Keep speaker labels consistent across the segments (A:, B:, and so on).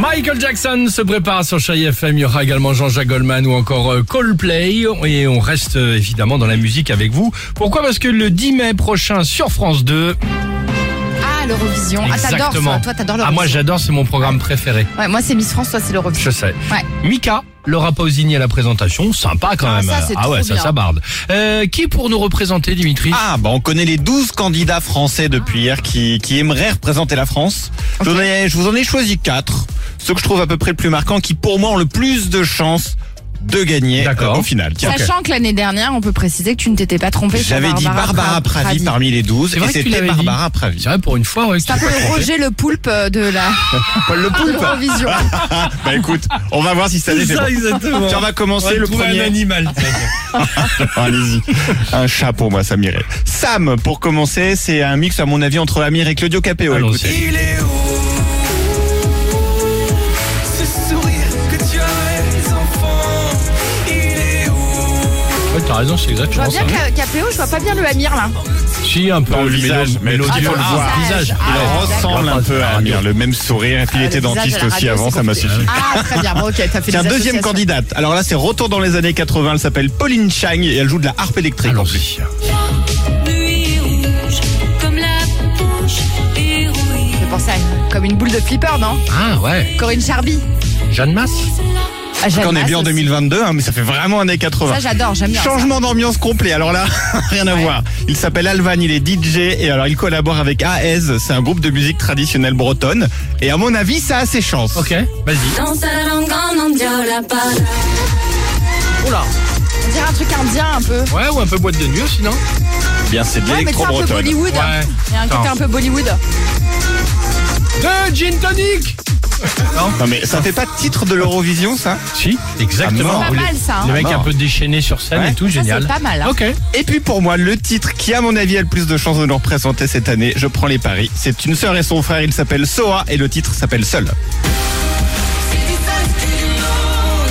A: Michael Jackson se prépare sur Chai FM. Il y aura également Jean-Jacques Goldman ou encore euh, Coldplay. Et on reste euh, évidemment dans la musique avec vous. Pourquoi Parce que le 10 mai prochain sur France 2.
B: Ah, l'Eurovision. Ah, t'adores,
A: exactement.
B: toi, toi, t'adores
A: ah, moi
B: l'Eurovision.
A: j'adore, c'est mon programme préféré.
B: ouais, moi, c'est Miss France, toi, c'est l'Eurovision.
A: Je sais.
B: Ouais.
A: Mika, Laura Pausini à la présentation. Sympa quand
B: Ah,
A: même.
B: ça, c'est
A: ah ouais,
B: trop
A: ça,
B: bien.
A: ça barde. Euh, qui pour nous représenter, Dimitri
C: Ah, bah on connaît les 12 candidats français depuis hier qui, qui aimeraient représenter la France. Je, vous en ai, je vous en ai choisi 4. Ceux que je trouve à peu près le plus marquant, qui pour moi ont le plus de chances de gagner
A: D'accord.
C: euh, au final. Tiens.
B: Sachant que l'année dernière, on peut préciser que tu ne t'étais pas trompé. sur
C: J'avais dit Barbara Pravi, parmi les 12
A: C'est vrai
C: et
A: que tu
C: c'était
A: l'avais
C: Barbara Pravi.
A: C'est vrai, pour une fois, ouais, que
B: C'est un
A: tu
B: peu
A: t'es pas
B: le
A: trompé.
B: Roger le poulpe euh, de la
C: Paul Le
B: de
C: Poulpe.
B: l'Eurovision.
C: Bah écoute, on va voir si ça
A: C'est
C: année c'est
A: ça,
C: bon.
A: exactement.
C: Tiens, on va
A: On va
C: commencer le
A: trouver
C: premier.
A: un animal.
C: Allez-y. Un chat pour moi, ça m'irait. Sam, pour commencer, c'est un mix à mon avis entre Amir et Claudio Capéo.
A: Allons-y.
C: Écoutez.
D: Il est où Ce sourire que tu as, les enfants Il est où
A: Ouais, t'as raison, c'est
B: Je vois
A: exactement
B: bien
A: ça.
B: que la Capéo, je vois pas bien le Amir, là.
A: Si, un peu
C: Dans le
A: mélo-
C: visage, mais
A: mélodieux.
C: il faut le Ah,
A: Ah,
C: voir.
A: visage. Ah,
B: Ah,
C: Il
B: ouais,
C: ressemble un peu à Amir, le même sourire. Et puis il
B: Ah,
C: était
B: le visage à
C: dentiste
B: la
C: aussi
B: radio,
C: avant,
B: c'est
C: ça m'a
B: compliqué.
C: suffi.
B: Ah, très bien. Bon, ok, t'as fait
C: Tiens,
B: des
C: deuxième
B: associations.
C: candidate. Alors là, c'est retour dans les années 80. Elle s'appelle Pauline Chang et elle joue de la harpe électrique. en plus.
A: Allons-y.
E: Nuit rouge, comme la bouche héroïque.
B: Je pensais à une- comme une boule de flipper, non
A: Ah ouais,
B: Corinne Charby.
A: Jeanne Masse.
B: Ah, j'aime
C: On est
B: pas
C: bien en
B: ce-
C: 2022, hein, mais ça fait vraiment années
B: Ça,
C: 80.
B: j'adore, j'aime bien. ça.
C: Changement d'ambiance complet. Alors là, rien à voir. Il s'appelle Alvan, il est DJ et alors il collabore avec AES. C'est un groupe de musique traditionnelle bretonne. Et à mon avis, ça a ses chances.
A: Ok, vas-y.
E: Dans sa langue en andio la parole.
B: On dirait un truc indien, un peu.
A: Ouais, ou un peu boîte de nuit aussi, non
C: Bien, c'est de
B: Ouais, mais tu sais, un peu
C: l'électro-bretonne.
B: Bollywood. hein.
A: Ouais.
B: Il y a un côté
A: Attends.
B: un peu Bollywood.
A: De Gin Tonic
C: Non mais ça fait pas titre de l'Eurovision, ça
A: Si,
C: Ah,
A: exactement.
C: mort.
B: Pas mal, ça. hein.
A: Le mec
C: Ah,
A: un
C: mort.
A: peu déchaîné sur scène
C: Ouais.
A: et tout,
B: Ça,
A: génial.
B: c'est pas mal, hein.
A: Ok.
C: Et puis pour moi, le titre qui, à mon avis, a le plus de chances de nous représenter cette année, je prends les paris. C'est une sœur et son frère, il s'appelle Soa et le titre s'appelle Seul.
E: C'est du sale style lourd.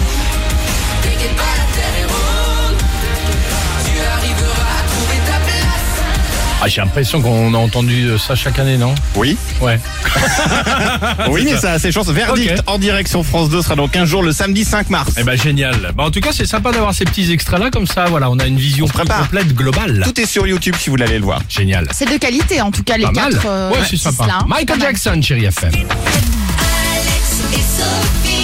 E: T'inquiète pas, la terre est ronde. Tu arriveras à trouver ta place.
A: Ah, j'ai l'impression qu'on a entendu euh, ça chaque année, non
C: Oui
A: Ouais.
C: Oui, mais ça a ses chances. Verdict
A: Ah, Ok.
C: en direction France 2 sera dans 15 jours, le samedi 5 mars.
A: Eh ben génial. Bah, en tout cas, c'est sympa d'avoir ces petits extraits-là, comme ça, voilà, on a une vision
C: se
A: plus
C: prépare.
A: complète, globale.
C: Tout est sur YouTube si vous voulez aller le voir.
A: Génial.
B: C'est de qualité, en tout cas, les
A: Pas mal.
B: quatre. euh,
A: ouais, c'est
B: six
A: sympa.
B: là, hein.
A: Michael
B: Pas mal.
A: Jackson, chérie FM.
E: Alex et Sophie.